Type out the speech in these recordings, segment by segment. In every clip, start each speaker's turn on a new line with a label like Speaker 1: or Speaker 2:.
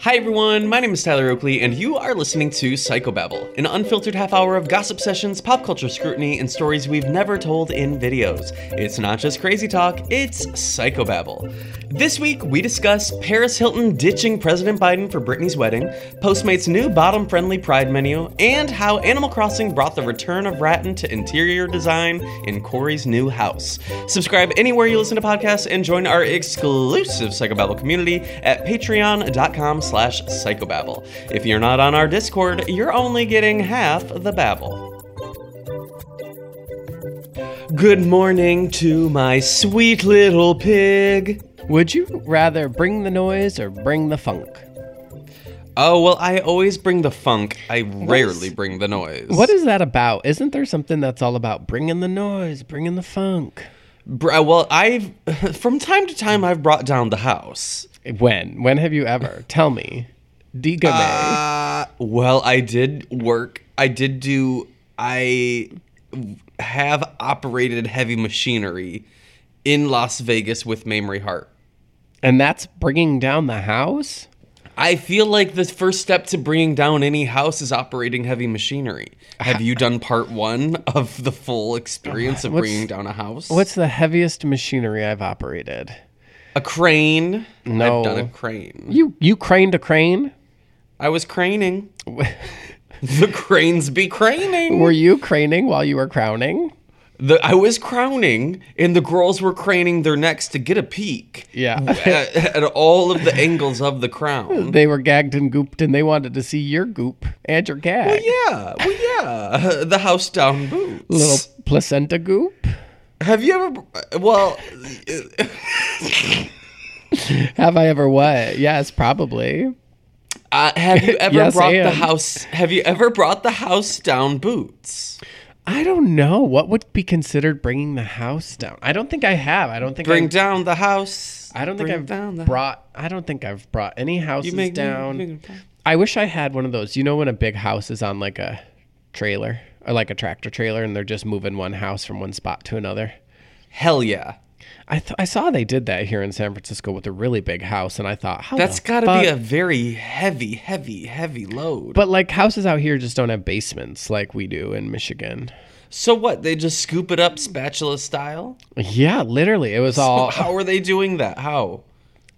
Speaker 1: Hi everyone, my name is Tyler Oakley, and you are listening to Psychobabble, an unfiltered half hour of gossip sessions, pop culture scrutiny, and stories we've never told in videos. It's not just crazy talk, it's Psychobabble. This week, we discuss Paris Hilton ditching President Biden for Britney's wedding, Postmates' new bottom friendly pride menu, and how Animal Crossing brought the return of Ratton to interior design in Corey's new house. Subscribe anywhere you listen to podcasts and join our exclusive Psychobabble community at patreon.com slash psychobabble. If you're not on our Discord, you're only getting half the babble. Good morning to my sweet little pig.
Speaker 2: Would you rather bring the noise or bring the funk?
Speaker 1: Oh, well, I always bring the funk. I rarely bring the noise.
Speaker 2: What is that about? Isn't there something that's all about bringing the noise, bringing the funk?
Speaker 1: Br- uh, well, I've from time to time I've brought down the house.
Speaker 2: When? When have you ever? Tell me. Diga me.
Speaker 1: Uh, well, I did work. I did do. I have operated heavy machinery in Las Vegas with Mamrie Hart.
Speaker 2: And that's bringing down the house?
Speaker 1: I feel like the first step to bringing down any house is operating heavy machinery. Have you done part one of the full experience of
Speaker 2: What's-
Speaker 1: bringing down a house?
Speaker 2: What's the heaviest machinery I've operated?
Speaker 1: a crane?
Speaker 2: No.
Speaker 1: I've done a crane.
Speaker 2: You you craned a crane?
Speaker 1: I was craning. the cranes be craning.
Speaker 2: Were you craning while you were crowning?
Speaker 1: The, I was crowning, and the girls were craning their necks to get a peek.
Speaker 2: Yeah. Hmm.
Speaker 1: at, at all of the angles of the crown.
Speaker 2: They were gagged and gooped and they wanted to see your goop and your gag.
Speaker 1: Yeah, well, yeah. The house down boots.
Speaker 2: Little placenta goop.
Speaker 1: Have you ever? Well,
Speaker 2: Have I ever what? Yes, probably.
Speaker 1: uh, have you ever
Speaker 2: Yes,
Speaker 1: brought the
Speaker 2: and.
Speaker 1: house? Have you ever brought the house down boots?
Speaker 2: I don't know what would be considered bringing the house down. I don't think I have. I don't think
Speaker 1: Bring
Speaker 2: I.
Speaker 1: down the house.
Speaker 2: I don't think
Speaker 1: Bring
Speaker 2: I've
Speaker 1: down the
Speaker 2: brought. I don't think I've brought any houses
Speaker 1: make me-
Speaker 2: down.
Speaker 1: make me-
Speaker 2: I wish I had one of those. You know when a big house is on like a trailer or like a tractor trailer, and they're just moving one house from one spot to another.
Speaker 1: Hell yeah.
Speaker 2: I th- I saw they did that here in San Francisco with a really big house, and I thought how
Speaker 1: That's
Speaker 2: the
Speaker 1: got to be
Speaker 2: fuck-
Speaker 1: a very heavy, heavy, heavy load.
Speaker 2: But like houses out here just don't have basements like we do in Michigan.
Speaker 1: so what? They just scoop it up spatula style.
Speaker 2: Yeah, literally, it was all
Speaker 1: How are they doing that? How?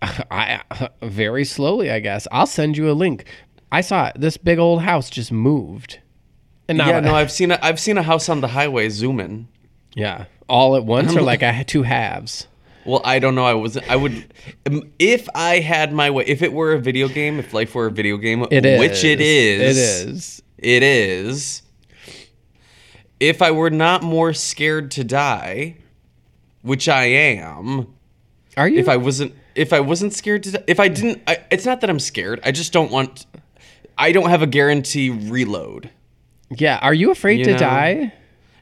Speaker 2: I very slowly, I guess. I'll send you a link. I saw it. this big old house just moved, and now
Speaker 1: Yeah, no, I've seen a, I've seen a house on the highway zooming.
Speaker 2: yeah, all at once or like I had two halves.
Speaker 1: Well, I don't know. I was I would um, if I had my way. If it were a video game, if life were a video game,
Speaker 2: It is
Speaker 1: which it is,
Speaker 2: It is.
Speaker 1: it is. If I were not more scared to die, which I am,
Speaker 2: Are you?
Speaker 1: if I wasn't if I wasn't scared to die, if I didn't, I, it's not that I'm scared. I just don't want. I don't have a guarantee reload.
Speaker 2: yeah. Are you afraid
Speaker 1: You
Speaker 2: to
Speaker 1: know.
Speaker 2: die?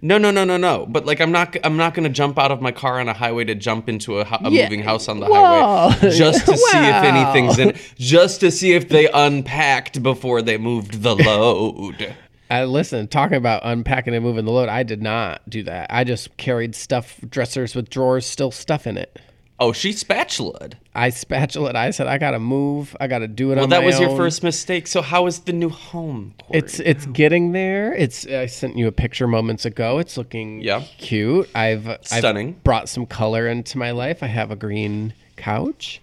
Speaker 1: No, no, no, no, no. But like, I'm not, I'm not gonna jump out of my car on a highway to jump into a, ho- a
Speaker 2: Yeah.
Speaker 1: moving house on the
Speaker 2: Well.
Speaker 1: highway just to see if
Speaker 2: Wow.
Speaker 1: anything's in, just to see if they unpacked before they moved the load.
Speaker 2: I Uh, listen. Talking about unpacking and moving the load, I did not do that. I just carried stuff dressers with drawers, still stuff in it.
Speaker 1: Oh, she spatulaed.
Speaker 2: I spatula it. I said I gotta move. I gotta do it.
Speaker 1: Well,
Speaker 2: on
Speaker 1: that
Speaker 2: my
Speaker 1: was your
Speaker 2: own."
Speaker 1: first mistake. So how is the new home? Corey?
Speaker 2: It's it's getting there. It's I sent you a picture moments ago. It's looking
Speaker 1: Yeah.
Speaker 2: cute. I've I've
Speaker 1: Stunning.
Speaker 2: brought some color into my life. I have a green couch.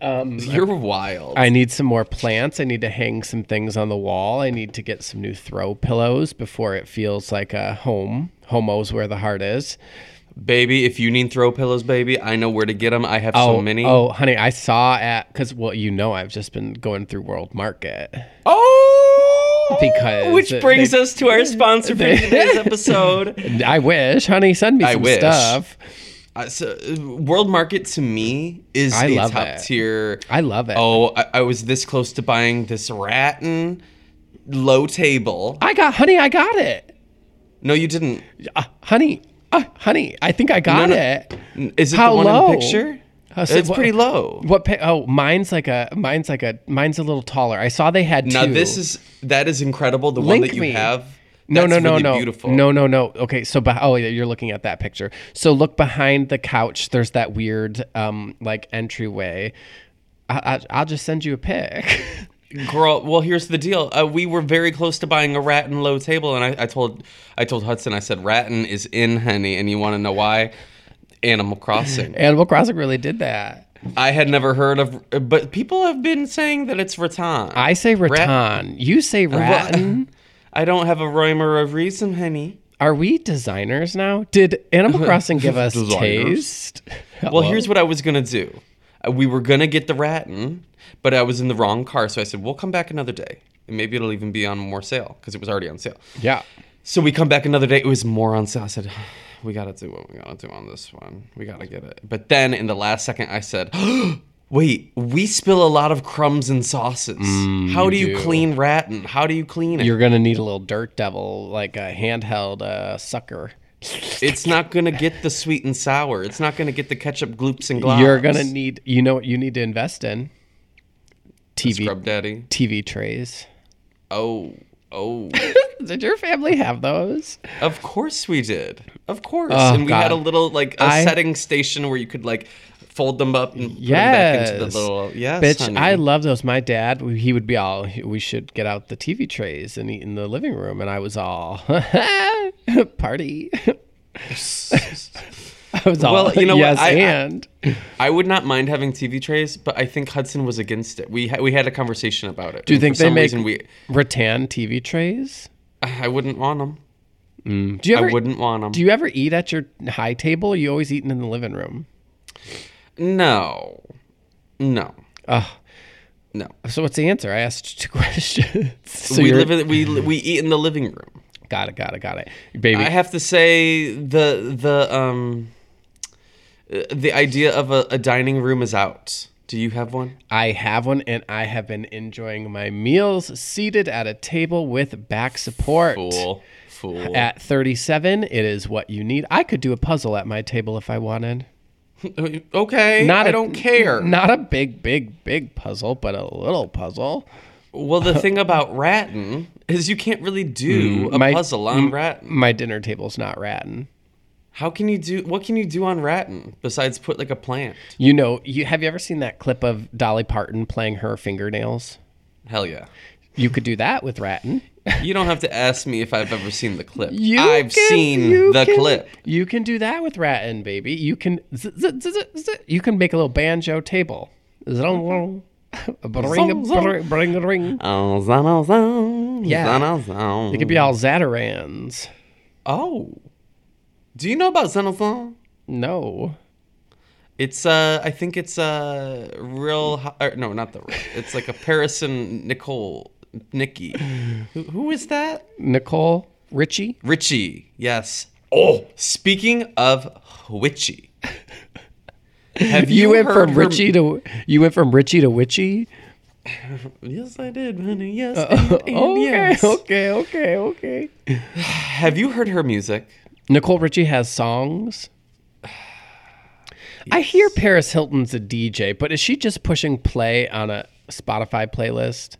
Speaker 1: Mm, you're wild.
Speaker 2: I need some more plants. I need to hang some things on the wall. I need to get some new throw pillows before it feels like a home. Homo's where the heart is.
Speaker 1: baby, if you need throw pillows, baby, I know where to get them. I have so many.
Speaker 2: Oh, honey, I saw at because well, you know, I've just been going through World Market.
Speaker 1: Oh!
Speaker 2: Because
Speaker 1: which
Speaker 2: they-
Speaker 1: brings us to our sponsor for today's episode.
Speaker 2: I wish, honey, send me
Speaker 1: I
Speaker 2: some
Speaker 1: wish.
Speaker 2: stuff.
Speaker 1: Uh, so, uh, World Market to me is
Speaker 2: I
Speaker 1: a
Speaker 2: love
Speaker 1: top
Speaker 2: it.
Speaker 1: tier.
Speaker 2: I love it.
Speaker 1: oh, I, I was this close to buying this rattan low table.
Speaker 2: I got, honey, I got it,
Speaker 1: No, you didn't.
Speaker 2: uh, honey, uh, honey. I think I got
Speaker 1: No, no.
Speaker 2: it.
Speaker 1: Is it
Speaker 2: How
Speaker 1: the one
Speaker 2: low?
Speaker 1: in the picture?
Speaker 2: Uh, so
Speaker 1: it's
Speaker 2: what-
Speaker 1: pretty low.
Speaker 2: What? Pa- oh, mine's like a, mine's like a, mine's a little taller. I saw they had
Speaker 1: Now
Speaker 2: two.
Speaker 1: this is that is incredible. The one
Speaker 2: Link
Speaker 1: that you
Speaker 2: me.
Speaker 1: have.
Speaker 2: No,
Speaker 1: that's
Speaker 2: no, no,
Speaker 1: really
Speaker 2: no,
Speaker 1: Beautiful.
Speaker 2: no, no, no. Okay, so beh oh yeah, you're looking at that picture. So look behind the couch. There's that weird, um, like entryway. I, I, I'll just send you a pic.
Speaker 1: girl. Well, here's the deal. Uh, we were very close to buying a rattan low table, and I, I told I told Hudson. I said rattan is in, honey, and you want to know why? Animal Crossing.
Speaker 2: Animal Crossing really did that.
Speaker 1: I had never heard of, but people have been saying that it's rattan.
Speaker 2: I say rattan. you say rattan.
Speaker 1: I don't have a rhyme or a reason, honey.
Speaker 2: Are we designers now? Did Animal Crossing give us
Speaker 1: Designers.
Speaker 2: taste?
Speaker 1: Well, here's what I was gonna do. Uh, We were gonna get the rattan, but I was in the wrong car, so I said we'll come back another day, and maybe it'll even be on more sale because it was already on sale.
Speaker 2: yeah.
Speaker 1: So we come back another day. It was more on sale. I said, we gotta do what we gotta do on this one. We gotta get it. But then in the last second, I said, wait, we spill a lot of crumbs and sauces. How do Mm, you
Speaker 2: do.
Speaker 1: clean rattan? How do you clean it?
Speaker 2: You're gonna need a little dirt devil, like a handheld uh, sucker.
Speaker 1: it's not gonna get the sweet and sour. It's not gonna get the ketchup gloops and globs.
Speaker 2: You're gonna need. You know what you need to invest in? TV
Speaker 1: scrub daddy.
Speaker 2: TV trays.
Speaker 1: Oh, oh.
Speaker 2: Did your family have those?
Speaker 1: Of course we did. Of course.
Speaker 2: Oh,
Speaker 1: and we had
Speaker 2: God.
Speaker 1: a little like a
Speaker 2: I-
Speaker 1: setting station where you could like fold them up and put them back into
Speaker 2: Yes.
Speaker 1: the little yes.
Speaker 2: Bitch,
Speaker 1: honey.
Speaker 2: I love those. My dad, he would be all, we should get out the TV trays and eat in the living room. And I was all, party. I was all,
Speaker 1: Well, you know what?
Speaker 2: yes,
Speaker 1: I- I-
Speaker 2: and.
Speaker 1: I would not mind having TV trays, but I think Hudson was against it. We ha- we had a conversation about it.
Speaker 2: do you think
Speaker 1: for
Speaker 2: they
Speaker 1: some
Speaker 2: make
Speaker 1: reason we?
Speaker 2: rattan TV trays?
Speaker 1: I wouldn't want them.
Speaker 2: Do you
Speaker 1: I
Speaker 2: ever,
Speaker 1: wouldn't want them.
Speaker 2: do you ever eat at your high table? Are you always eating in the living room?
Speaker 1: no, no,
Speaker 2: Ugh.
Speaker 1: no.
Speaker 2: So what's the answer? I asked two questions. so
Speaker 1: we
Speaker 2: you're-
Speaker 1: live in, we we eat in the living room.
Speaker 2: Got it, got it, got it. Baby,
Speaker 1: I have to say the the um uh, the idea of a, a dining room is out. Do you have one?
Speaker 2: I have one, and I have been enjoying my meals seated at a table with back support.
Speaker 1: Fool, fool.
Speaker 2: At 37, it is what you need. I could do a puzzle at my table if I wanted.
Speaker 1: okay,
Speaker 2: Not
Speaker 1: I
Speaker 2: a-
Speaker 1: don't care.
Speaker 2: Not a big, big, big puzzle, but a little puzzle.
Speaker 1: well, the thing about rattan is you can't really do a
Speaker 2: Mm, my-
Speaker 1: puzzle on rattan.
Speaker 2: My dinner table's not rattan.
Speaker 1: How can you do what can you do on rattan besides put like a plant?
Speaker 2: You know, you have you ever seen that clip of Dolly Parton playing her fingernails?
Speaker 1: Hell yeah.
Speaker 2: You could do that with rattan.
Speaker 1: You don't have to ask me if I've ever seen the clip.
Speaker 2: You
Speaker 1: I've
Speaker 2: can-
Speaker 1: seen
Speaker 2: you
Speaker 1: the
Speaker 2: can-
Speaker 1: clip.
Speaker 2: You can do that with rattan, baby. You can z- z- z- z- z- you can make a little banjo table. Zong, zong. Bring a-
Speaker 1: Zong, zong.
Speaker 2: bring- bring a ring.
Speaker 1: Oh, zon, oh, zon,
Speaker 2: Yeah.
Speaker 1: zon, oh, zon.
Speaker 2: It could be all Zatarans.
Speaker 1: Oh. Do you know about Xenophon?
Speaker 2: No.
Speaker 1: It's uh I think it's a uh, real Ho- or, no, not the real. It's like a Paris and Nicole Nikki. Who, who is that?
Speaker 2: Nicole Richie.
Speaker 1: Richie, yes. Oh, speaking of witchy. Have
Speaker 2: You, went
Speaker 1: heard
Speaker 2: from
Speaker 1: her-
Speaker 2: Richie to you went from Richie to Witchy.
Speaker 1: Yes, I did, honey. Yes,
Speaker 2: Uh, oh, Okay, okay, okay, okay.
Speaker 1: Have you heard her music?
Speaker 2: Nicole Richie has songs. I hear Paris Hilton's a DJ, but is she just pushing play on a Spotify playlist?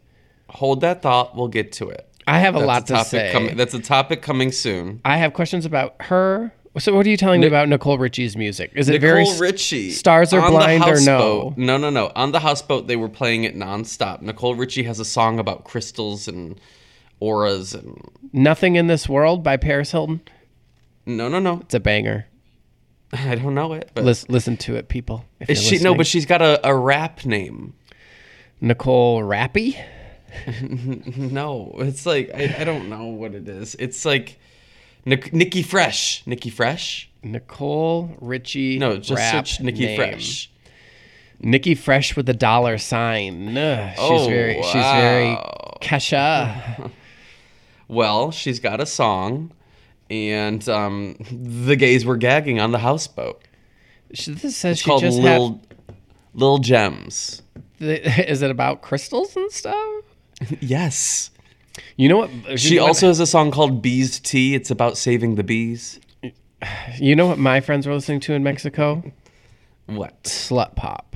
Speaker 1: Hold that thought. We'll get to it.
Speaker 2: I have a lot
Speaker 1: That's
Speaker 2: to
Speaker 1: topic
Speaker 2: say.
Speaker 1: Coming, that's a topic coming soon.
Speaker 2: I have questions about her, So what are you telling me about Nicole Richie's music? Is it
Speaker 1: Nicole
Speaker 2: very
Speaker 1: Richie.
Speaker 2: Stars Are
Speaker 1: on the
Speaker 2: Blind or No?
Speaker 1: houseboat- No, no, no. On the houseboat, they were playing it nonstop. Nicole Richie has a song about crystals and auras and
Speaker 2: Nothing in This World by Paris Hilton?
Speaker 1: no, no, no.
Speaker 2: It's a banger.
Speaker 1: I don't know it. But
Speaker 2: Lis- listen to it, people. if
Speaker 1: is
Speaker 2: you're
Speaker 1: she no?
Speaker 2: listening.
Speaker 1: But she's got a, a rap name.
Speaker 2: Nicole Rappy?
Speaker 1: No, it's like I, I don't know what it is. It's like Nic- Nikki Fresh. Nikki Fresh.
Speaker 2: Nicole Richie.
Speaker 1: No, just
Speaker 2: rap
Speaker 1: search Nikki
Speaker 2: name.
Speaker 1: Fresh.
Speaker 2: Nikki Fresh with the dollar sign. Ugh, she's
Speaker 1: Oh,
Speaker 2: very she's very
Speaker 1: wow.
Speaker 2: Kesha.
Speaker 1: Well, she's got a song, and um, the gays were gagging on the houseboat.
Speaker 2: She, this says
Speaker 1: It's
Speaker 2: she
Speaker 1: called
Speaker 2: just
Speaker 1: Little Little Gems.
Speaker 2: had. The, is it about crystals and stuff?
Speaker 1: Yes.
Speaker 2: You know what?
Speaker 1: She
Speaker 2: you know what-
Speaker 1: also has a song called Bees Tea. It's about saving the bees.
Speaker 2: You know what my friends were listening to in Mexico?
Speaker 1: What?
Speaker 2: Slut pop.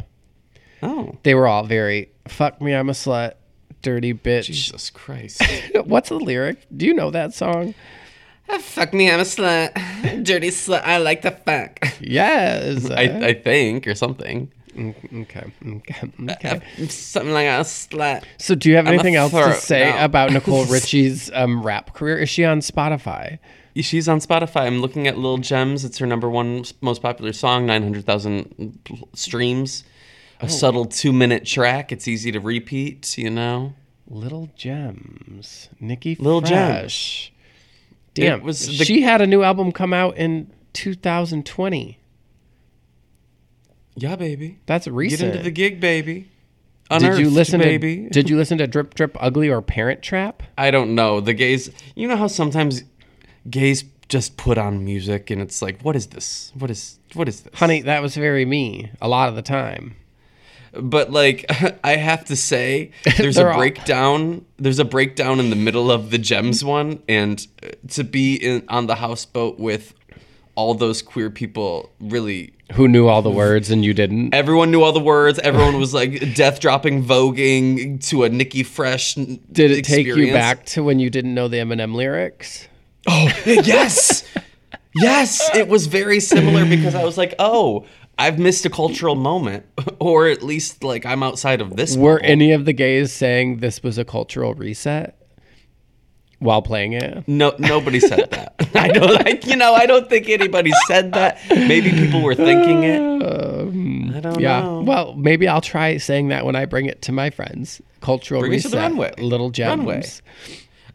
Speaker 1: Oh.
Speaker 2: They were all very fuck me, I'm a slut, dirty bitch.
Speaker 1: Jesus Christ.
Speaker 2: What's the lyric? Do you know that song?
Speaker 1: Ah, fuck me, I'm a slut. Dirty slut, I like the fuck.
Speaker 2: Yes. Uh,
Speaker 1: I, I think, or something.
Speaker 2: okay. Okay. okay.
Speaker 1: Something like a slut.
Speaker 2: uh, So, do you have
Speaker 1: a
Speaker 2: anything else to
Speaker 1: throat
Speaker 2: say
Speaker 1: now.
Speaker 2: about Nicole Richie's um, rap career? Is she on Spotify?
Speaker 1: She's on Spotify. I'm looking at Little Gems. It's her number one s- most popular song, 900,000 pl- streams. A subtle two minute track. It's easy to repeat, you know?
Speaker 2: Little Gems, Nikki
Speaker 1: Little
Speaker 2: Fresh. Damn,
Speaker 1: It was the-
Speaker 2: she had a new album come out in 2020.
Speaker 1: Yeah, baby.
Speaker 2: That's recent.
Speaker 1: Get into the gig, baby.
Speaker 2: did you
Speaker 1: Unearthed,
Speaker 2: listen
Speaker 1: baby?
Speaker 2: to Did you listen to Drip Drip Ugly or Parent Trap?
Speaker 1: I don't know. The gays, you know how sometimes gays just put on music and it's like, what is this? What is what is this?
Speaker 2: Honey, that was very me a lot of the time.
Speaker 1: But like I have to say there's
Speaker 2: They're
Speaker 1: a
Speaker 2: all-
Speaker 1: breakdown, there's a breakdown in the middle of the gems one and uh, to be in on the houseboat with all those queer people really
Speaker 2: Who knew all the words and you didn't?
Speaker 1: everyone knew all the words everyone was like death dropping voguing to a Nicki Fresh
Speaker 2: Did it take you back to when you didn't know the Eminem lyrics?
Speaker 1: Oh, yes. yes. It was very similar because I was like, oh, I've missed a cultural moment, or at least like I'm outside of this.
Speaker 2: Were any of the gays saying this was a cultural reset while playing it?
Speaker 1: No, nobody said that. I don't, I, you know, I don't think anybody said that. Maybe people were thinking it. I don't
Speaker 2: Um, Yeah.
Speaker 1: know.
Speaker 2: Well, maybe I'll try saying that when I bring it to my friends. Cultural
Speaker 1: Bring it to
Speaker 2: reset.
Speaker 1: the runway.
Speaker 2: Little gems.
Speaker 1: Runway.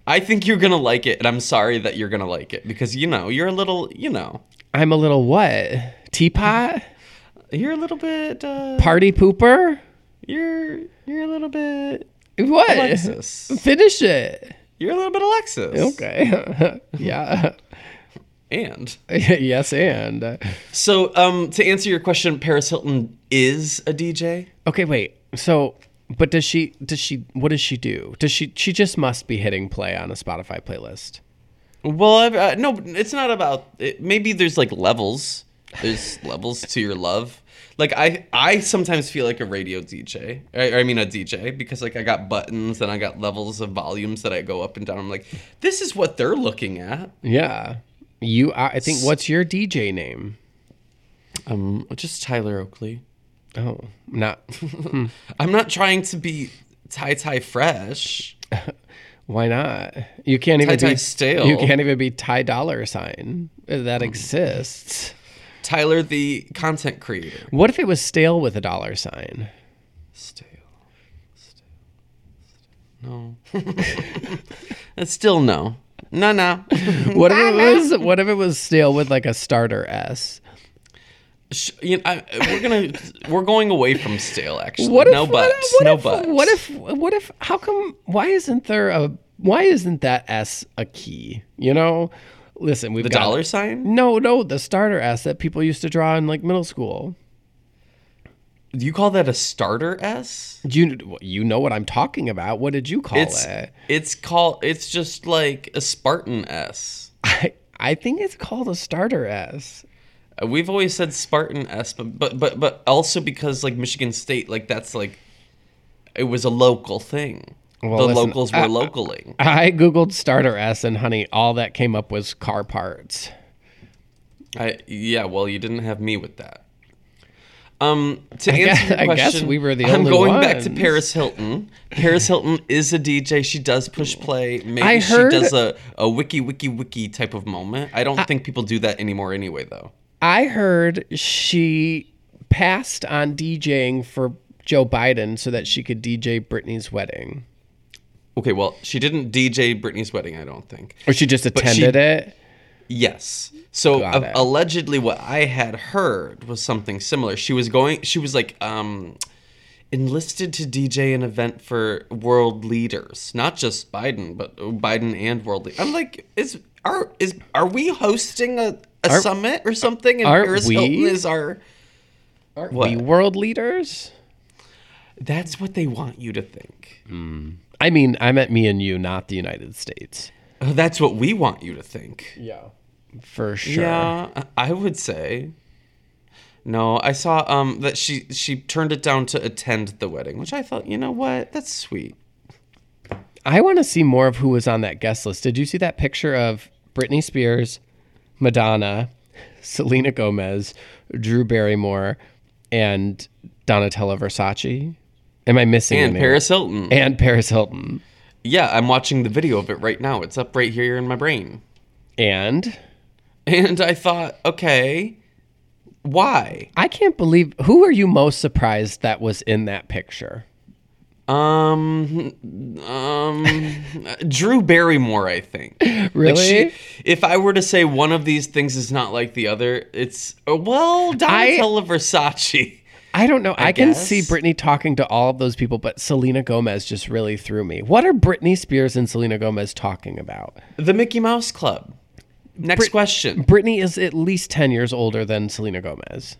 Speaker 1: I think you're gonna like it, and I'm sorry that you're gonna like it because you know you're a little, you know,
Speaker 2: I'm a little what? Teapot?
Speaker 1: you're a little bit, uh,
Speaker 2: Party pooper?
Speaker 1: you're you're a little bit
Speaker 2: What?
Speaker 1: Alexis.
Speaker 2: Finish it.
Speaker 1: You're a little bit Alexis.
Speaker 2: Okay. yeah.
Speaker 1: And
Speaker 2: yes, and
Speaker 1: So, um, to answer your question, Paris Hilton is a DJ.
Speaker 2: okay. Wait. So, but does she? Does she? What does she do? Does she? She just must be hitting play on a Spotify playlist.
Speaker 1: Well, I've, uh, no, it's not about. It, maybe there's like levels. There's levels to your love. Like I, I sometimes feel like a radio DJ. I, I mean a DJ because like I got buttons and I got levels of volumes that I go up and down. I'm like, this is what they're looking at.
Speaker 2: Yeah. You. I I think. What's your DJ name?
Speaker 1: Um, just Tyler Oakley.
Speaker 2: Oh, not.
Speaker 1: I'm not trying to be Ty Ty Fresh.
Speaker 2: Why not? You can't even
Speaker 1: Ty-Ty
Speaker 2: be
Speaker 1: Stale.
Speaker 2: You can't even be Thai dollar sign that exists.
Speaker 1: Tyler the content creator.
Speaker 2: What if it was stale with a dollar sign?
Speaker 1: Stale. Stale. Stale. No. it's still no. No, no.
Speaker 2: What if it was? What if it was stale with like a starter S?
Speaker 1: Sh- you know, I, we're gonna we're going away from stale. Actually,
Speaker 2: What if
Speaker 1: no buts,
Speaker 2: What,
Speaker 1: no
Speaker 2: if,
Speaker 1: buts.
Speaker 2: What if? What if? How come? Why isn't there a? Why isn't that S a key? You know, listen, we've
Speaker 1: the
Speaker 2: got
Speaker 1: dollar sign?
Speaker 2: No, no, the starter S that people used to draw in like middle school.
Speaker 1: Do you call that a starter S?
Speaker 2: You you know what I'm talking about. What did you call
Speaker 1: It's
Speaker 2: it?
Speaker 1: it's called it's just like a Spartan S.
Speaker 2: I I think it's called a starter S.
Speaker 1: Uh, We've always said Spartan S, but but but but also because like Michigan State, like that's like it was a local thing.
Speaker 2: Well,
Speaker 1: the
Speaker 2: listen,
Speaker 1: locals were
Speaker 2: uh,
Speaker 1: localing.
Speaker 2: I googled starter S and honey, all that came up was car parts.
Speaker 1: I yeah. Well, you didn't have me with that. Um, to
Speaker 2: I
Speaker 1: answer
Speaker 2: guess-
Speaker 1: your
Speaker 2: I
Speaker 1: question,
Speaker 2: guess we were the
Speaker 1: I'm
Speaker 2: only
Speaker 1: going back to
Speaker 2: ones.
Speaker 1: Paris Hilton. Paris Hilton is a DJ. She does push play. Maybe
Speaker 2: I heard-
Speaker 1: she does a, a wiki wiki wiki type of moment. I don't think people do that anymore anyway, though.
Speaker 2: I heard she passed on DJing for Joe Biden so that she could DJ Britney's wedding.
Speaker 1: Okay, well, she didn't DJ Britney's wedding, I don't think.
Speaker 2: Or she just
Speaker 1: she-
Speaker 2: attended it.
Speaker 1: Yes. So
Speaker 2: Got
Speaker 1: a-
Speaker 2: it.
Speaker 1: allegedly, what I had heard was something similar. She was going. She was like um, enlisted to DJ an event for world leaders, not just Biden, but Biden and world. leaders. I'm like, is are is are we hosting a, a summit or something? And
Speaker 2: aren't
Speaker 1: Paris
Speaker 2: we?
Speaker 1: Hilton is our.
Speaker 2: Aren't
Speaker 1: What?
Speaker 2: we world leaders?
Speaker 1: That's what they want you to think.
Speaker 2: I mean, I meant me and you, not the United States.
Speaker 1: Oh, that's what we want you to think.
Speaker 2: Yeah. For sure.
Speaker 1: Yeah, I- I would say. No, I saw um that she she turned it down to attend the wedding, which I thought, you know what, that's sweet.
Speaker 2: I want to see more of who was on that guest list. Did you see that picture of Britney Spears, Madonna, Selena Gomez, Drew Barrymore, and Donatella Versace? Am I missing
Speaker 1: And
Speaker 2: anyone?
Speaker 1: Paris Hilton.
Speaker 2: and Paris Hilton
Speaker 1: Yeah, I'm watching the video of it right now. It's up right here in my brain.
Speaker 2: and
Speaker 1: And I thought, okay, why?
Speaker 2: I can't believe who are you most surprised that was in that picture?
Speaker 1: Um, um, Drew Barrymore, I think.
Speaker 2: Really?
Speaker 1: She, if I were to say one of these things is not like the other, it's uh, well, Donatella Versace.
Speaker 2: I don't know. I, can
Speaker 1: guess.
Speaker 2: see Britney talking to all of those people, but Selena Gomez just really threw me. What are Britney Spears and Selena Gomez talking about?
Speaker 1: The Mickey Mouse Club. Next question.
Speaker 2: Britney is at least 10 years older than Selena Gomez.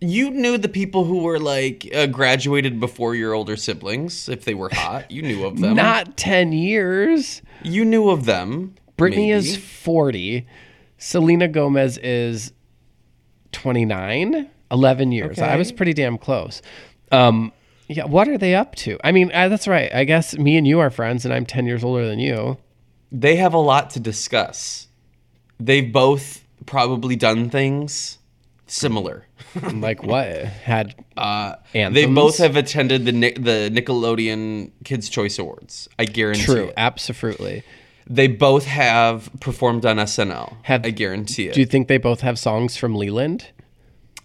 Speaker 1: You knew the people who were like uh, graduated before your older siblings, if they were hot. You knew of them.
Speaker 2: Not 10 years.
Speaker 1: you knew of them.
Speaker 2: Britney is
Speaker 1: maybe.
Speaker 2: 40. Selena Gomez is 29, 11 years. I
Speaker 1: Okay.
Speaker 2: was pretty damn close. Um, yeah, what are they up to? I mean, I, that's right. I guess me and you are friends, and I'm 10 years older than you.
Speaker 1: They have a lot to discuss. They've both probably done things similar.
Speaker 2: I'm like, what? Had
Speaker 1: Uh, they
Speaker 2: Anthems?
Speaker 1: both have attended the Ni- the Nickelodeon Kids Choice Awards. I guarantee.
Speaker 2: true,
Speaker 1: it.
Speaker 2: absolutely.
Speaker 1: They both have performed on SNL.
Speaker 2: Have-
Speaker 1: I guarantee it.
Speaker 2: Do you think they both have songs from Leland?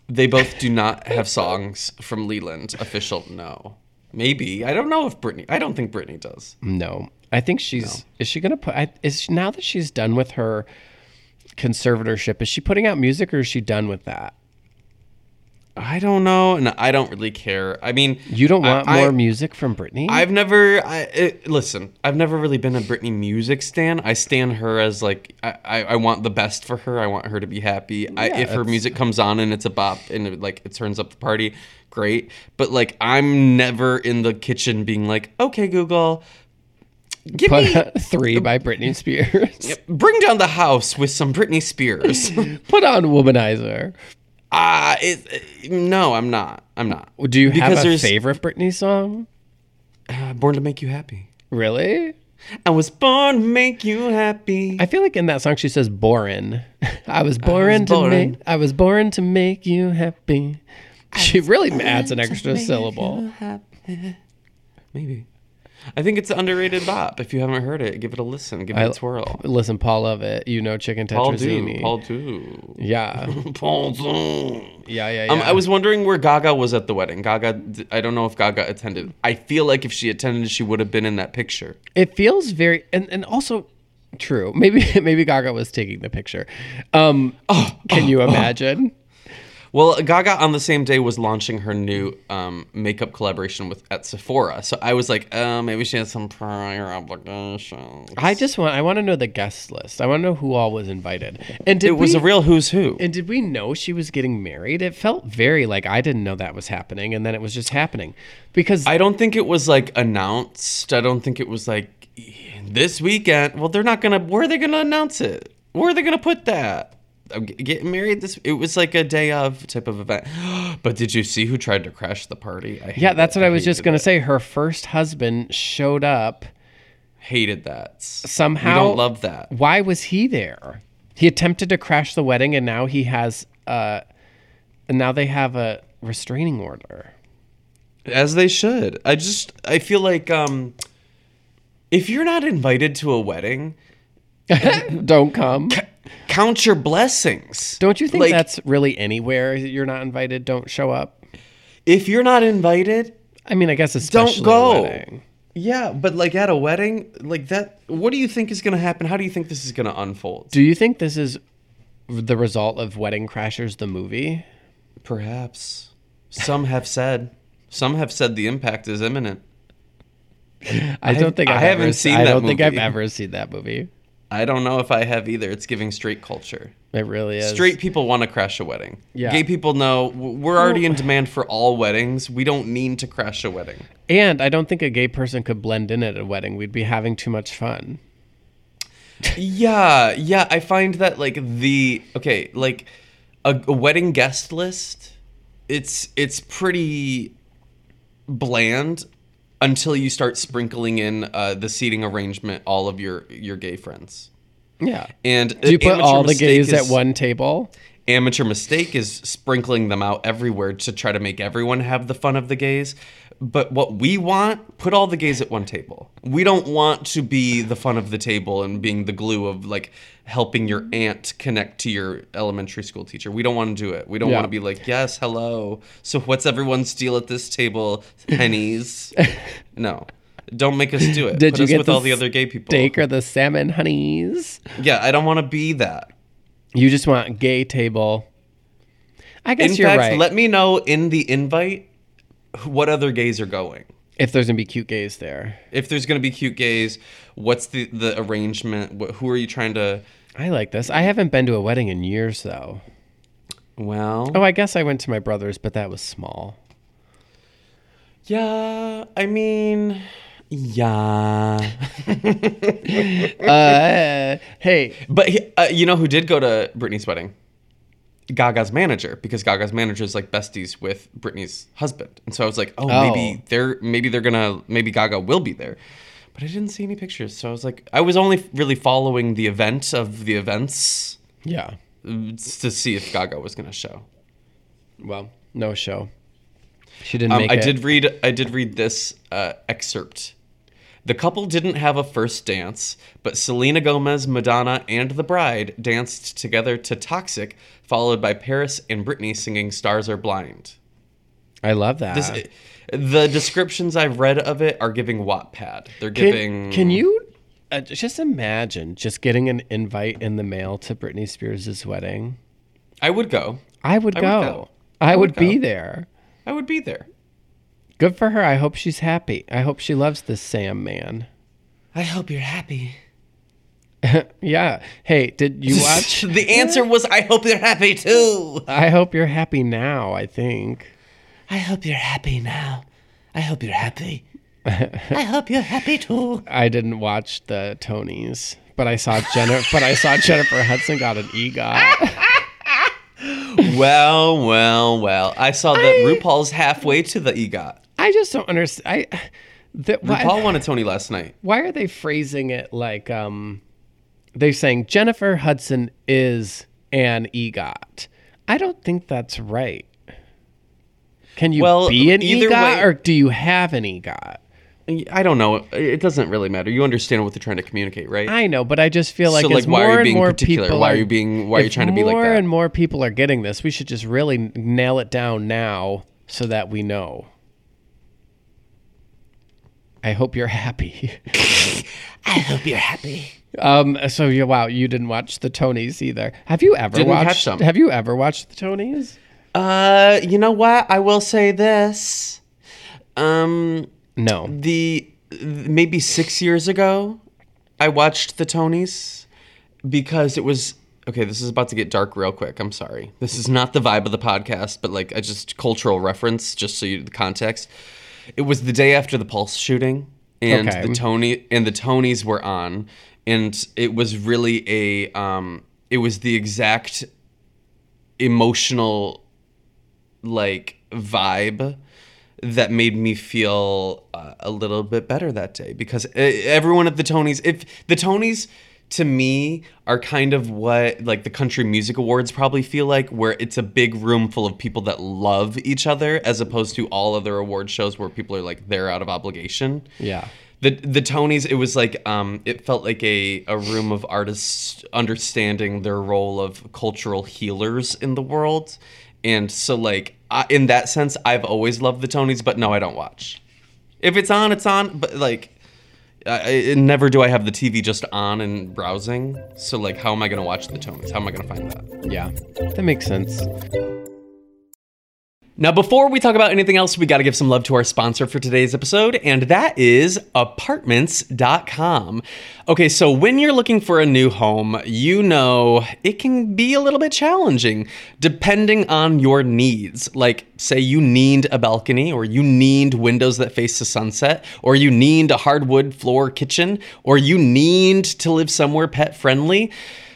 Speaker 1: They both do not have songs from Leland. Official, no. Maybe I don't know if Britney. I don't think Britney does.
Speaker 2: No, I think she's. Is she gonna put? I, is she, now that she's done with her conservatorship? Is she putting out music, or is she done with that?
Speaker 1: I don't know, and I don't really care. I mean,
Speaker 2: You don't
Speaker 1: I-
Speaker 2: want
Speaker 1: I-
Speaker 2: more music from Britney?
Speaker 1: I've never. I, it, listen, I've never really been a Britney music stan. I stan her as like I, I, I want the best for her. I want her to be happy. I, if her
Speaker 2: that's-
Speaker 1: music comes on and it's a bop and it, like it turns up the party, great. But like I'm never in the kitchen being like, okay, Google, give
Speaker 2: put
Speaker 1: me
Speaker 2: out three by Britney Spears.
Speaker 1: bring down the house with some Britney Spears.
Speaker 2: put on Womanizer.
Speaker 1: Ah, it, no, I'm not. I'm not.
Speaker 2: Do you
Speaker 1: Because
Speaker 2: have a
Speaker 1: there's-
Speaker 2: favorite Britney song?
Speaker 1: Uh, born to make you happy.
Speaker 2: Really?
Speaker 1: I was born to make you happy.
Speaker 2: I feel like in that song she says "boring." I was born to
Speaker 1: boring.
Speaker 2: make. I was born to make you happy. She really adds an extra syllable.
Speaker 1: Maybe. I think it's an underrated bop. If you haven't heard it, give it a listen. Give it a twirl.
Speaker 2: Listen, Paul Love it. You know chicken
Speaker 1: Paul do.
Speaker 2: tetrazzini.
Speaker 1: Paul do.
Speaker 2: Yeah.
Speaker 1: Paul do.
Speaker 2: Yeah, yeah, yeah.
Speaker 1: Um, I was wondering where Gaga was at the wedding. Gaga, d- I don't know if Gaga attended. I feel like if she attended, she would have been in that picture.
Speaker 2: it feels very and, and also true. Maybe maybe Gaga was taking the picture. Um
Speaker 1: Oh,
Speaker 2: can you imagine?
Speaker 1: Well, Gaga on the same day was launching her new um, makeup collaboration with at Sephora, so I was like, oh, maybe she had some prior obligations.
Speaker 2: I just want I want to know the guest list. I want to know who all was invited. And did
Speaker 1: it was
Speaker 2: we,
Speaker 1: a real who's who.
Speaker 2: and did we know she was getting married? It felt very like I didn't know that was happening and then it was just happening. Because
Speaker 1: I don't think it was like announced. I don't think it was like this weekend. Well, they're not gonna. Where are they gonna announce it? Where are they gonna put that? I'm g- getting married this. It was like a day of type of event. but did you see who tried to crash the party? I
Speaker 2: yeah, that's what I was
Speaker 1: hated
Speaker 2: just going
Speaker 1: it.
Speaker 2: to say. Her first husband showed up
Speaker 1: Hated that
Speaker 2: somehow.
Speaker 1: We don't love that.
Speaker 2: Why was he there? He attempted to crash the wedding, and now he has. Uh, and now they have a restraining order.
Speaker 1: As they should. I just I feel like um if you're not invited to a wedding,
Speaker 2: Don't come.
Speaker 1: count your blessings.
Speaker 2: Don't you think
Speaker 1: Like,
Speaker 2: that's really anywhere that you're not invited? Don't show up.
Speaker 1: if you're not invited,
Speaker 2: I mean, I guess especially
Speaker 1: don't
Speaker 2: a
Speaker 1: go.
Speaker 2: wedding.
Speaker 1: Yeah, but like at a wedding, like that what do you think is going to happen? How do you think this is going to unfold?
Speaker 2: Do you think this is the result of Wedding Crashers the movie?
Speaker 1: Perhaps some have said some have said the impact is imminent.
Speaker 2: I don't think
Speaker 1: I
Speaker 2: I've
Speaker 1: haven't
Speaker 2: ever,
Speaker 1: seen
Speaker 2: I
Speaker 1: that
Speaker 2: don't think I've
Speaker 1: movie.
Speaker 2: ever seen that movie.
Speaker 1: I don't know if I have either. It's giving straight culture.
Speaker 2: It really is
Speaker 1: Straight people want to crash a wedding.
Speaker 2: Yeah.
Speaker 1: Gay people know w- we're already in demand for all weddings. We don't need to crash a wedding.
Speaker 2: And I don't think a gay person could blend in at a wedding. We'd be having too much fun.
Speaker 1: Yeah, yeah. I find that like the okay, like a, a wedding guest list. It's it's pretty bland until you start sprinkling in uh, the seating arrangement all of your your gay friends.
Speaker 2: Yeah.
Speaker 1: And
Speaker 2: Do you put
Speaker 1: amateur
Speaker 2: all the
Speaker 1: mistake
Speaker 2: gays at
Speaker 1: is-
Speaker 2: one table?
Speaker 1: amateur mistake is sprinkling them out everywhere to try to make everyone have the fun of the gays. But what we want, put all the gays at one table. We don't want to be the fun of the table and being the glue of like helping your aunt connect to your elementary school teacher. We don't want to do it. We don't
Speaker 2: Yeah.
Speaker 1: want to be like, yes, hello. So what's everyone's deal at this table? Pennies. no. Don't make us do it.
Speaker 2: Did
Speaker 1: put
Speaker 2: you
Speaker 1: us
Speaker 2: get
Speaker 1: with
Speaker 2: the
Speaker 1: all the other gay people.
Speaker 2: Steak or the salmon honeys?
Speaker 1: Yeah, I don't want to be that.
Speaker 2: You just want gay table. I guess
Speaker 1: In
Speaker 2: you're
Speaker 1: fact,
Speaker 2: right.
Speaker 1: let me know in the invite what other gays are going.
Speaker 2: if there's gonna be cute gays there,
Speaker 1: If there's going to be cute gays, what's the the arrangement? What, who are you trying to?
Speaker 2: I like this. I haven't been to a wedding in years though.
Speaker 1: Well,
Speaker 2: Oh, I guess I went to my brother's, but that was small.
Speaker 1: yeah. I mean, yeah.
Speaker 2: Uh, hey,
Speaker 1: but he- uh, you know who did go to Britney's wedding? Gaga's manager, because Gaga's manager is like besties with Britney's husband, and so I was like, oh, maybe
Speaker 2: Oh.
Speaker 1: they're maybe they're gonna maybe Gaga will be there. But I didn't see any pictures, so I was like, I was only really following the event of the events.
Speaker 2: yeah.
Speaker 1: to see if Gaga was going to show.
Speaker 2: Well, no show. She didn't
Speaker 1: Um,
Speaker 2: make
Speaker 1: I
Speaker 2: it.
Speaker 1: did read. I did read this uh, excerpt. The couple didn't have a first dance, but Selena Gomez, Madonna, and the bride danced together to "Toxic," followed by Paris and Britney singing "Stars Are Blind."
Speaker 2: I love that.
Speaker 1: This, the descriptions I've read of it are giving Wattpad. They're giving.
Speaker 2: Can, can you uh, just imagine just getting an invite in the mail to Britney Spears' wedding?
Speaker 1: I would go.
Speaker 2: I would
Speaker 1: I
Speaker 2: go.
Speaker 1: would
Speaker 2: I would,
Speaker 1: go. I would
Speaker 2: be
Speaker 1: go.
Speaker 2: there.
Speaker 1: I would be there.
Speaker 2: Good for her. I hope she's happy. I hope she loves this Sam man.
Speaker 1: I hope you're happy.
Speaker 2: Yeah. Hey, did you watch?
Speaker 1: the answer was, I hope you're happy too.
Speaker 2: I hope you're happy now, I think.
Speaker 1: I hope you're happy now. I hope you're happy. I hope you're happy too.
Speaker 2: I didn't watch the Tonys, but I saw Jennifer but I saw Jennifer Hudson got an EGOT.
Speaker 1: Well, well, well. I saw that RuPaul's halfway to the E EGOT.
Speaker 2: I just don't understand. I that
Speaker 1: RuPaul
Speaker 2: why,
Speaker 1: won a Tony last night.
Speaker 2: why are they phrasing it like um they're saying Jennifer Hudson is an EGOT. I don't think that's right. Can you
Speaker 1: Well,
Speaker 2: be an
Speaker 1: either
Speaker 2: EGOT
Speaker 1: way-
Speaker 2: or do you have an EGOT?
Speaker 1: I don't know. It doesn't really matter. You understand what they're trying to communicate, right?
Speaker 2: I know, but I just feel like
Speaker 1: So,
Speaker 2: as
Speaker 1: like, why are you
Speaker 2: more and
Speaker 1: being
Speaker 2: more
Speaker 1: particular?
Speaker 2: people
Speaker 1: Why are you being- why are you
Speaker 2: if
Speaker 1: trying to be like
Speaker 2: more
Speaker 1: that?
Speaker 2: and more people are getting this. We should just really nail it down now so that we know. I hope you're happy.
Speaker 1: I hope you're happy.
Speaker 2: Um, so you wow, you didn't watch the Tonys either. Have you ever
Speaker 1: Didn't catch
Speaker 2: watched
Speaker 1: them.
Speaker 2: Have you ever watched the Tonys?
Speaker 1: Uh, you know what? I will say this. Um,
Speaker 2: No.
Speaker 1: the maybe six years ago, I watched the Tonys because it was okay. This is about to get dark real quick. I'm sorry. This is not the vibe of the podcast, but like I just cultural reference, just so you the context. It was the day after the Pulse shooting, and
Speaker 2: Okay.
Speaker 1: the Tony and the Tonys were on, and it was really a um, it was the exact emotional like vibe that made me e, feel uh, a little bit better that day because uh, everyone at the Tonys, if the Tonys to me are kind of what like the country music awards probably feel like where it's a big room full of people that love each other as opposed to all other award shows where people are like they're out of obligation
Speaker 2: Yeah.
Speaker 1: the the tonys it was like um it felt like a a room of artists understanding their role of cultural healers in the world and so like I, in that sense i've always loved the tonys but no i don't watch if it's on it's on but like I, I, never do i have the tv just on and browsing so like how am i going to watch the tonys how am i going to find that
Speaker 2: Yeah. That makes sense.
Speaker 1: Now, before we talk about anything else, we got to give some love to our sponsor for today's episode, and that is apartments.com. Okay, so when you're looking for a new home, you know it can be a little bit challenging depending on your needs. Like, say you need a balcony, or you need windows that face the sunset, or you need a hardwood floor kitchen, or you need to live somewhere pet friendly.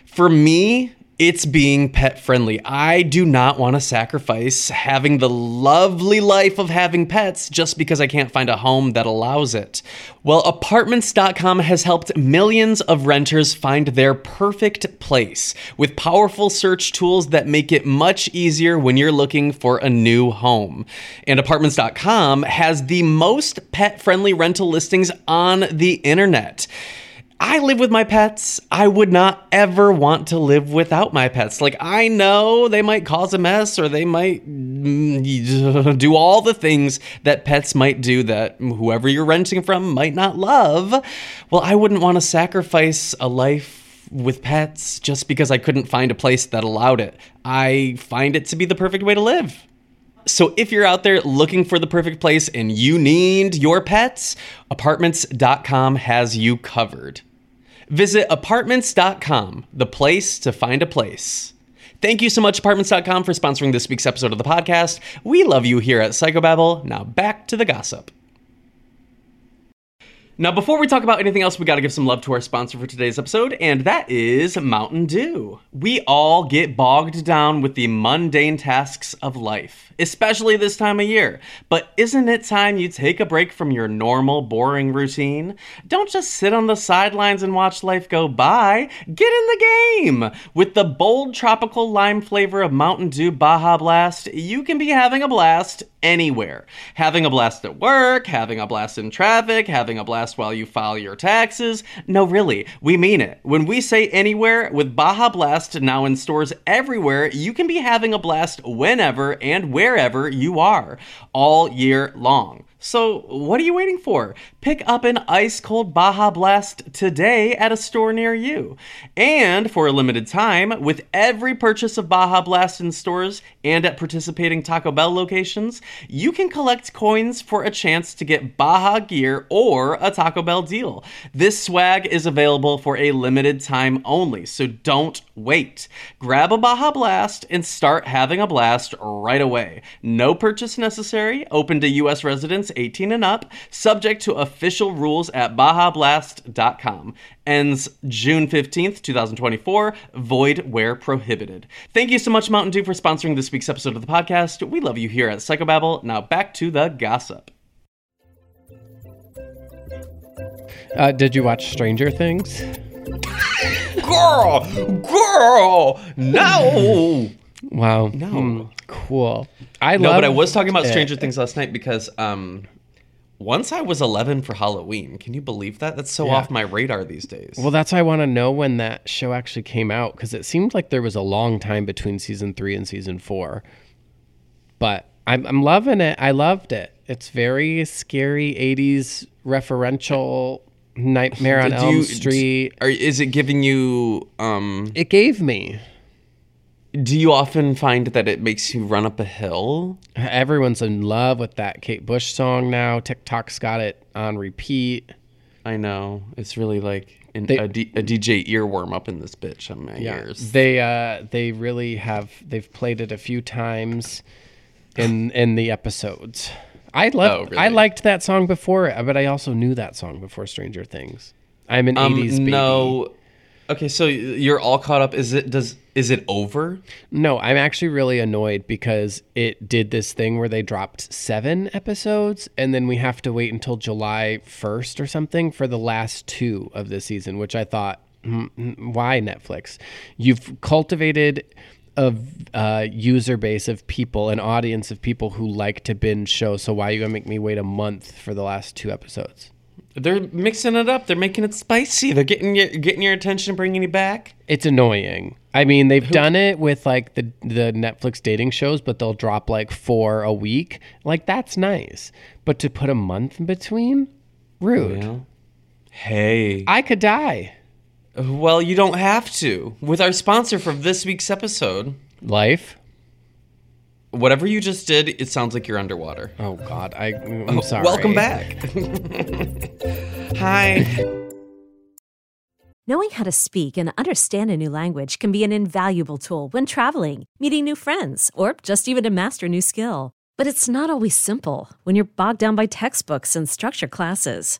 Speaker 1: For me, it's being pet friendly. I do not want to sacrifice having the lovely life of having pets just because I can't find a home that allows it. Well, apartments.com has helped millions of renters find their perfect place with powerful search tools that make it much easier when you're looking for a new home. And apartments.com has the most pet friendly rental listings on the internet. I live with my pets. I would not ever want to live without my pets. Like, I know they might cause a mess or they might mm, do all the things that pets might do that whoever you're renting from might not love. Well, I wouldn't want to sacrifice a life with pets just because I couldn't find a place that allowed it. I find it to be the perfect way to live. So if you're out there looking for the perfect place and you need your pets, apartments.com has you covered. Visit apartments.com, the place to find a place. Thank you so much, apartments.com, for sponsoring this week's episode of the podcast. We love you here at Psychobabble. Now back to the gossip. Now, before we talk about anything else, we got to give some love to our sponsor for today's episode, and that is Mountain Dew. We all get bogged down with the mundane tasks of life, especially this time of year. But isn't it time you take a break from your normal, boring routine? Don't just sit on the sidelines and watch life go by. Get in the game! With the bold tropical lime flavor of Mountain Dew Baja Blast, you can be having a blast anywhere. Having a blast at work, having a blast in traffic, having a blast while you file your taxes. No, really, we mean it. When we say anywhere, with Baja Blast now in stores everywhere, you can be having a blast whenever and wherever you are, all year long. So, what are you waiting for? Pick up an ice cold Baja Blast today at a store near you. And for a limited time, with every purchase of Baja Blast in stores and at participating Taco Bell locations, you can collect coins for a chance to get Baja gear or a Taco Bell deal. This swag is available for a limited time only, so don't wait. Grab a Baja Blast and start having a blast right away. No purchase necessary, open to U.S. residents 18 and up, subject to official rules at BajaBlast.com. Ends June 15th, 2024, void where prohibited. Thank you so much, Mountain Dew, for sponsoring this week's episode of the podcast. We love you here at Psychobabble. Now back to the gossip.
Speaker 2: Uh, did you watch Stranger Things?
Speaker 1: Girl! Girl! Oh. No!
Speaker 2: Wow. No.
Speaker 1: Hmm.
Speaker 2: cool. I
Speaker 1: No,
Speaker 2: love.
Speaker 1: but I was talking about Stranger Things last night because um, once I was 11 for Halloween. Can you believe that? That's so off my radar these days.
Speaker 2: Well, that's why I want to know when that show actually came out because it seemed like there was a long time between season three and season four. But I'm, I'm loving it. I loved it. It's very scary 80s referential nightmare on
Speaker 1: Do
Speaker 2: Elm
Speaker 1: you-
Speaker 2: Street.
Speaker 1: Are, is it giving you? Um,
Speaker 2: It gave me.
Speaker 1: do you often find that it makes you run up a hill?
Speaker 2: Everyone's in love with that Kate Bush song now. TikTok's got it on repeat.
Speaker 1: I know it's really like an, a, D, a DJ earworm up in this bitch on my ears.
Speaker 2: They uh they really have they've played it a few times in in the episodes. I love
Speaker 1: Oh,
Speaker 2: I
Speaker 1: really?
Speaker 2: liked that song before, it, but I also knew that song before Stranger Things. I'm an
Speaker 1: Um,
Speaker 2: 80s baby.
Speaker 1: no. Okay, so you're all caught up. Is it does is it over?
Speaker 2: No, I'm actually really annoyed because it did this thing where they dropped 7 episodes and then we have to wait until July 1st or something for the last 2 of the season, which I thought "Hmm, why Netflix? You've cultivated a uh, user base of people, an audience of people who like to binge shows. So why are you gonna make me wait a month for the last two episodes?
Speaker 1: They're mixing it up. They're making it spicy. They're getting your, getting your attention, bringing you back.
Speaker 2: It's annoying. I mean, they've done it with like the the Netflix dating shows, but they'll drop like four a week. Like that's nice, but to put a month in between, rude.
Speaker 1: Hey.
Speaker 2: I could die.
Speaker 1: Well, you don't have to. With our sponsor for this week's episode,
Speaker 2: Life.
Speaker 1: whatever you just did, it sounds like you're underwater.
Speaker 2: Oh God, I, I'm sorry.
Speaker 1: Welcome back. Hi.
Speaker 3: Knowing how to speak and understand a new language can be an invaluable tool when traveling, meeting new friends, or just even to master a new skill. But it's not always simple when you're bogged down by textbooks and structure classes.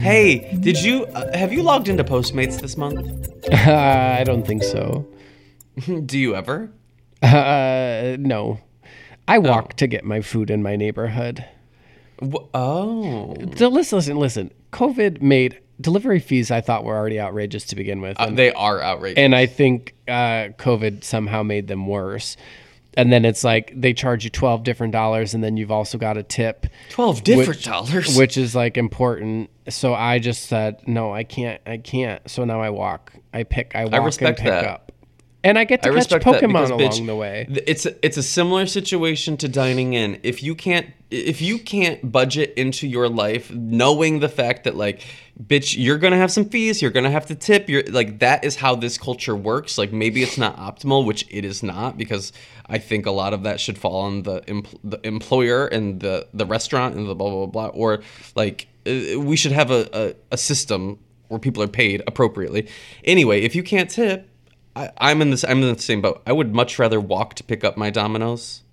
Speaker 1: Hey, did you uh, have you logged into Postmates this month?
Speaker 2: I don't think so.
Speaker 1: Do you ever?
Speaker 2: Uh, no, I walk to get my food in my neighborhood.
Speaker 1: Wh- oh.
Speaker 2: So listen, listen, listen. COVID made delivery fees I thought were already outrageous to begin with,
Speaker 1: Uh,
Speaker 2: and,
Speaker 1: they are outrageous.
Speaker 2: Um, and I think uh, COVID somehow made them worse. And then it's like they charge you twelve different dollars, and then you've also got a tip,
Speaker 1: Twelve different
Speaker 2: which-
Speaker 1: dollars.
Speaker 2: which is like important. So I just said, no, I can't, I can't. So now I walk, I pick, I walk,
Speaker 1: respect
Speaker 2: and pick
Speaker 1: that.
Speaker 2: up, and I get to
Speaker 1: I
Speaker 2: catch
Speaker 1: respect that
Speaker 2: Pokemon
Speaker 1: because,
Speaker 2: along
Speaker 1: bitch,
Speaker 2: the way.
Speaker 1: th- It's a, it's a similar situation to dining in. If you can't if you can't budget into your life, knowing the fact that like, bitch, you're gonna have some fees, you're gonna have to tip. You're like that is how this culture works. Like maybe it's not optimal, which it is not, because I think a lot of that should fall on the empl- the employer and the the restaurant and the blah blah blah, blah or like uh, we should have a, a, a system where people are paid appropriately. Anyway, if you can't tip, I, I'm in this. I'm in the same boat. I would much rather walk to pick up my Domino's.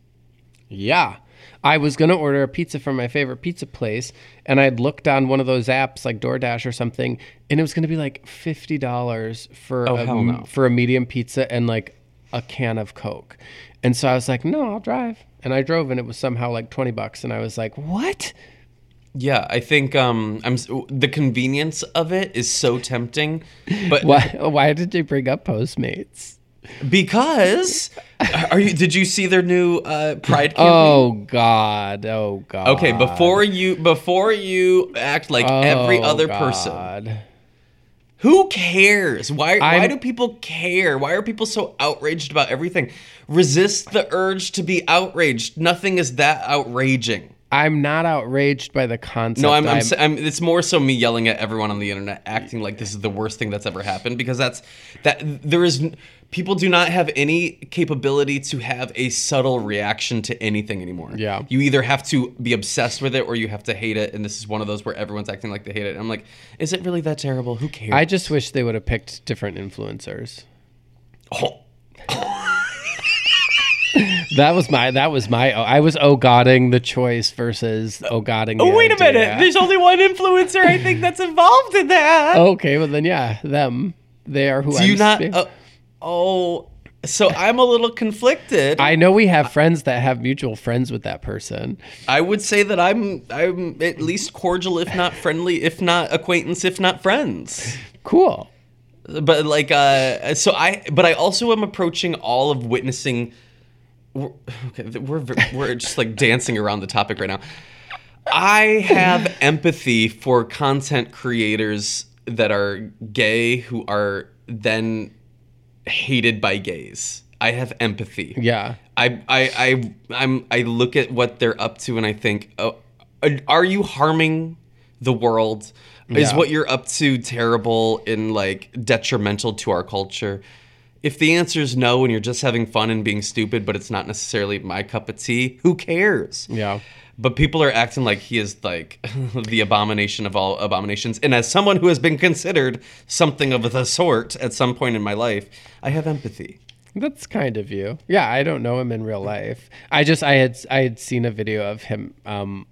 Speaker 2: Yeah. I was going to order a pizza from my favorite pizza place, and I'd looked on one of those apps like DoorDash or something, and it was going to be like $50 for, a,
Speaker 1: Oh, hell no.
Speaker 2: for a medium pizza and like a can of Coke. And so I was like, no, I'll drive. And I drove, and it was somehow like 20 bucks. And I was like, what?
Speaker 1: Yeah, I think um, I'm. s- The convenience of it is so tempting, but
Speaker 2: Why, why did they bring up Postmates?
Speaker 1: because are you? Did you see their new uh, Pride campaign?
Speaker 2: Oh, God. Oh, God.
Speaker 1: okay, before you before you act like every
Speaker 2: Oh,
Speaker 1: other person,
Speaker 2: God.
Speaker 1: who cares? Why why
Speaker 2: I'm-
Speaker 1: do people care? Why are people so outraged about everything? Resist the urge to be outraged. Nothing is that outraging.
Speaker 2: I'm not outraged by the concept.
Speaker 1: No, I'm, I'm, s am It's more so me yelling at everyone on the internet, acting like this is the worst thing that's ever happened because that's that. There is n- people do not have any capability to have a subtle reaction to anything anymore.
Speaker 2: Yeah.
Speaker 1: you either have to be obsessed with it or you have to hate it, and this is one of those where everyone's acting like they hate it. And I'm like, is it really that terrible? Who cares?
Speaker 2: I just wish they would have picked different influencers.
Speaker 1: Oh.
Speaker 2: That was my. That was my. I was oh godding the choice versus oh godding.
Speaker 1: Oh, wait a minute! There's only one influencer I think that's involved in that.
Speaker 2: okay, well then yeah, them. They are who.
Speaker 1: do
Speaker 2: Oh, I'm
Speaker 1: you not? oh.
Speaker 2: spe-
Speaker 1: uh, oh, So I'm a little conflicted.
Speaker 2: I know we have friends that have mutual friends with that person.
Speaker 1: I would say that I'm I'm at least cordial, if not friendly, if not acquaintance, if not friends.
Speaker 2: Cool.
Speaker 1: But like, uh, so I. But I also am approaching all of witnessing. We're, okay, we're ve- we're just like dancing around the topic right now. I have empathy for content creators that are gay who are then hated by gays. I have empathy.
Speaker 2: Yeah.
Speaker 1: I I I I'm I look at what they're up to and I think, oh, are you harming the world? Is
Speaker 2: Yeah.
Speaker 1: what you're up to terrible and like detrimental to our culture? If the answer is no, and you're just having fun and being stupid, but it's not necessarily my cup of tea, who cares?
Speaker 2: Yeah.
Speaker 1: But people are acting like he is like the abomination of all abominations. And as someone who has been considered something of the sort at some point in my life, I have empathy.
Speaker 2: That's kind of you. Yeah, I don't know him in real life. I just I had I had seen a video of him um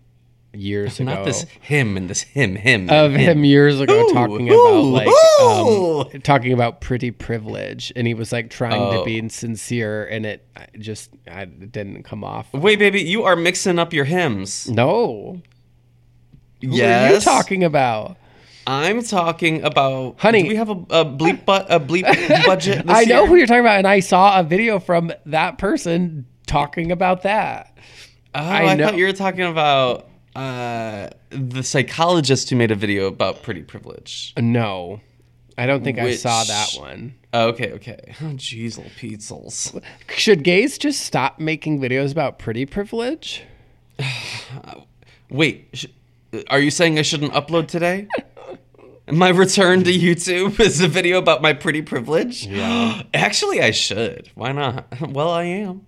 Speaker 2: years ago.
Speaker 1: Not this him and this him, him.
Speaker 2: of him years ago
Speaker 1: Ooh,
Speaker 2: talking about
Speaker 1: ooh,
Speaker 2: like
Speaker 1: ooh.
Speaker 2: um, talking about pretty privilege and he was like trying
Speaker 1: Oh.
Speaker 2: to be sincere and it I just I, it didn't come off.
Speaker 1: Wait, baby, you are mixing up your hymns.
Speaker 2: No. Who are you
Speaker 1: Yes.
Speaker 2: talking about?
Speaker 1: I'm talking about.
Speaker 2: Honey.
Speaker 1: do we have a, a bleep but a bleep budget. This
Speaker 2: I know
Speaker 1: year?
Speaker 2: who you're talking about and I saw a video from that person talking about that.
Speaker 1: Oh,
Speaker 2: I
Speaker 1: I,
Speaker 2: know.
Speaker 1: thought you were talking about uh, the psychologist who made a video about pretty privilege.
Speaker 2: No. I don't think I saw
Speaker 1: Which-
Speaker 2: that one.
Speaker 1: Okay, okay. Oh, jeez, little petzels.
Speaker 2: Should gays just stop making videos about pretty privilege?
Speaker 1: Wait, sh- are you saying I shouldn't upload today? my return to YouTube is a video about my pretty privilege? Actually, I should. Why not? Well, I am.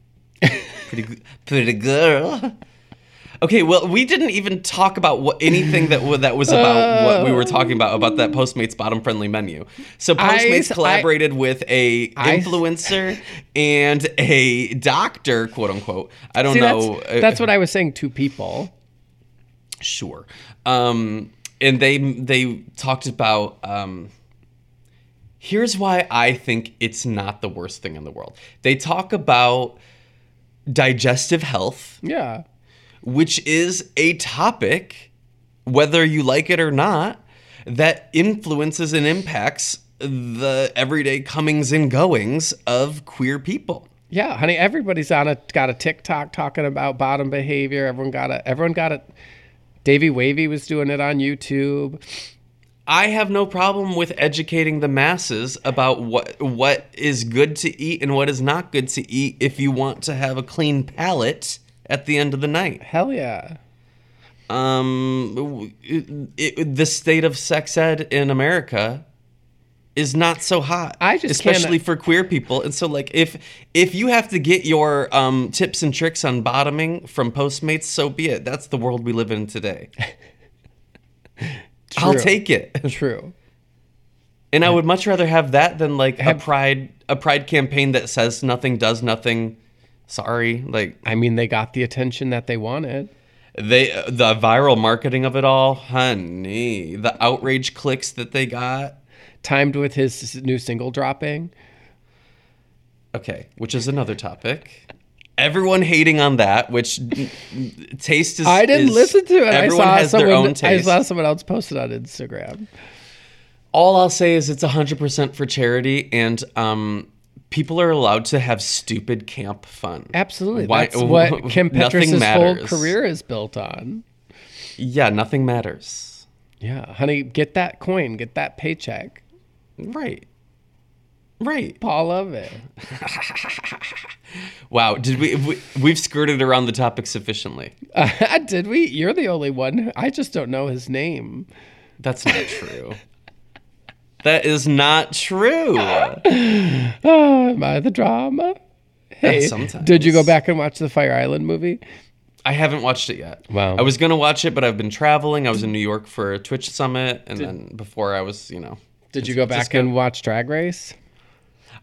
Speaker 1: pretty, g- pretty girl. Okay, well, we didn't even talk about what anything that wa- that was about what we were talking about about that Postmates bottom friendly menu. So
Speaker 2: I-
Speaker 1: Postmates
Speaker 2: I-
Speaker 1: collaborated with a
Speaker 2: I-
Speaker 1: influencer and a doctor, quote unquote. I don't
Speaker 2: See,
Speaker 1: know.
Speaker 2: that's,
Speaker 1: uh,
Speaker 2: that's what I was saying to people.
Speaker 1: Sure. Um, and they they talked about um, here's why I think it's not the worst thing in the world. They talk about digestive health,
Speaker 2: Yeah.
Speaker 1: which is a topic, whether you like it or not, that influences and impacts the everyday comings and goings of queer people.
Speaker 2: Yeah, honey, everybody's on a got a TikTok talking about bottom behavior. Everyone got a everyone got a Davey Wavy was doing it on YouTube.
Speaker 1: I have no problem with educating the masses about what what is good to eat and what is not good to eat if you want to have a clean palate at the end of the night.
Speaker 2: Hell yeah.
Speaker 1: Um, w- it, it- the state of sex ed in America is not so hot.
Speaker 2: I just
Speaker 1: especially
Speaker 2: can't-
Speaker 1: for queer people. And so, like, if if you have to get your um, tips and tricks on bottoming from Postmates, so be it. That's the world we live in today. I'll
Speaker 2: True.
Speaker 1: take it.
Speaker 2: True.
Speaker 1: And I would much rather have that than like a pride a pride campaign that says nothing, does nothing. Sorry, like
Speaker 2: I mean, they got the attention that they wanted.
Speaker 1: they the viral marketing of it all, honey. The outrage clicks that they got.
Speaker 2: Timed with his new single dropping.
Speaker 1: Okay, which is another topic. Everyone hating on that, which taste is.
Speaker 2: I didn't
Speaker 1: is-
Speaker 2: listen to it.
Speaker 1: Everyone
Speaker 2: I saw
Speaker 1: has
Speaker 2: someone,
Speaker 1: their own taste.
Speaker 2: I saw someone else posted on Instagram.
Speaker 1: all I'll say is it's 100% for charity, and um, people are allowed to have stupid camp fun.
Speaker 2: Absolutely.
Speaker 1: Why-
Speaker 2: That's what Kim
Speaker 1: nothing
Speaker 2: Petras' whole
Speaker 1: matters.
Speaker 2: career is built on.
Speaker 1: Yeah, nothing matters.
Speaker 2: Yeah, honey, get that coin, get that paycheck.
Speaker 1: Right. Right.
Speaker 2: Paul of it.
Speaker 1: Wow. Did we, we we've skirted around the topic sufficiently?
Speaker 2: Did we? You're the only one. who- I just don't know his name.
Speaker 1: That's not true. that is not true.
Speaker 2: Oh, am I the drama? Hey,
Speaker 1: sometimes.
Speaker 2: did you go back and watch the Fire Island movie?
Speaker 1: I haven't watched it yet.
Speaker 2: Wow.
Speaker 1: I was gonna watch it, but I've been traveling. I was in New York for a Twitch summit, and then before I was, you know,
Speaker 2: Did you go
Speaker 1: just
Speaker 2: back and watch Drag Race?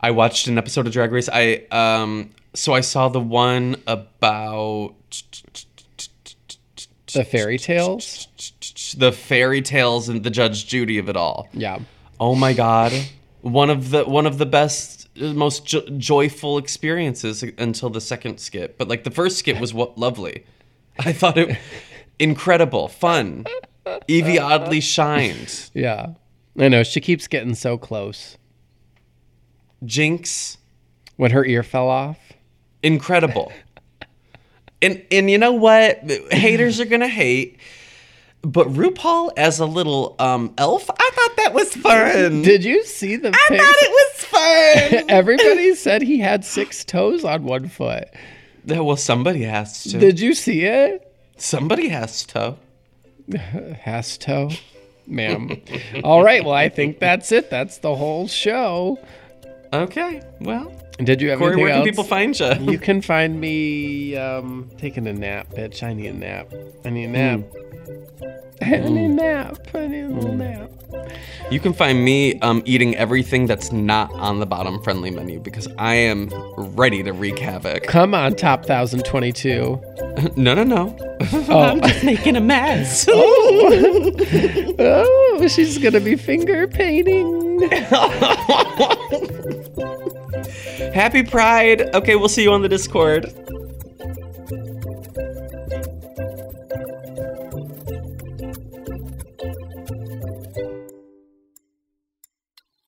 Speaker 1: I watched an episode of Drag Race. I um, so I saw the one about
Speaker 2: The fairy tales?
Speaker 1: the fairy tales and the Judge Judy of it all.
Speaker 2: Yeah.
Speaker 1: Oh my god. One of the one of the best most jo- joyful experiences until the second skip. But like the first skip was what lovely. I thought it incredible, fun. Evie oddly shined.
Speaker 2: Yeah. I know. She keeps getting so close.
Speaker 1: Jinx,
Speaker 2: When her ear fell off.
Speaker 1: incredible. And and you know what? Haters are gonna hate. But RuPaul as a little um, elf, I thought that was fun.
Speaker 2: Did you see the
Speaker 1: I
Speaker 2: pic-
Speaker 1: thought it was fun.
Speaker 2: Everybody said he had six toes on one foot.
Speaker 1: Yeah, well, somebody has to.
Speaker 2: Did you see it?
Speaker 1: somebody has to.
Speaker 2: Has toe, ma'am. All right. Well, I think that's it. That's the whole show.
Speaker 1: Okay. Well,
Speaker 2: Did you have
Speaker 1: Corey,
Speaker 2: anything
Speaker 1: where can
Speaker 2: else?
Speaker 1: people find you?
Speaker 2: you can find me um, taking a nap, bitch. I need a nap. I need a nap. I need a nap. I need a little nap.
Speaker 1: You can find me um, eating everything that's not on the bottom friendly menu because I am ready to wreak havoc.
Speaker 2: Come on, Top 1022.
Speaker 1: no, no, no.
Speaker 2: Oh,
Speaker 1: Just making a mess.
Speaker 2: oh she's going to be finger painting.
Speaker 1: Happy Pride. Okay, we'll see you on the Discord.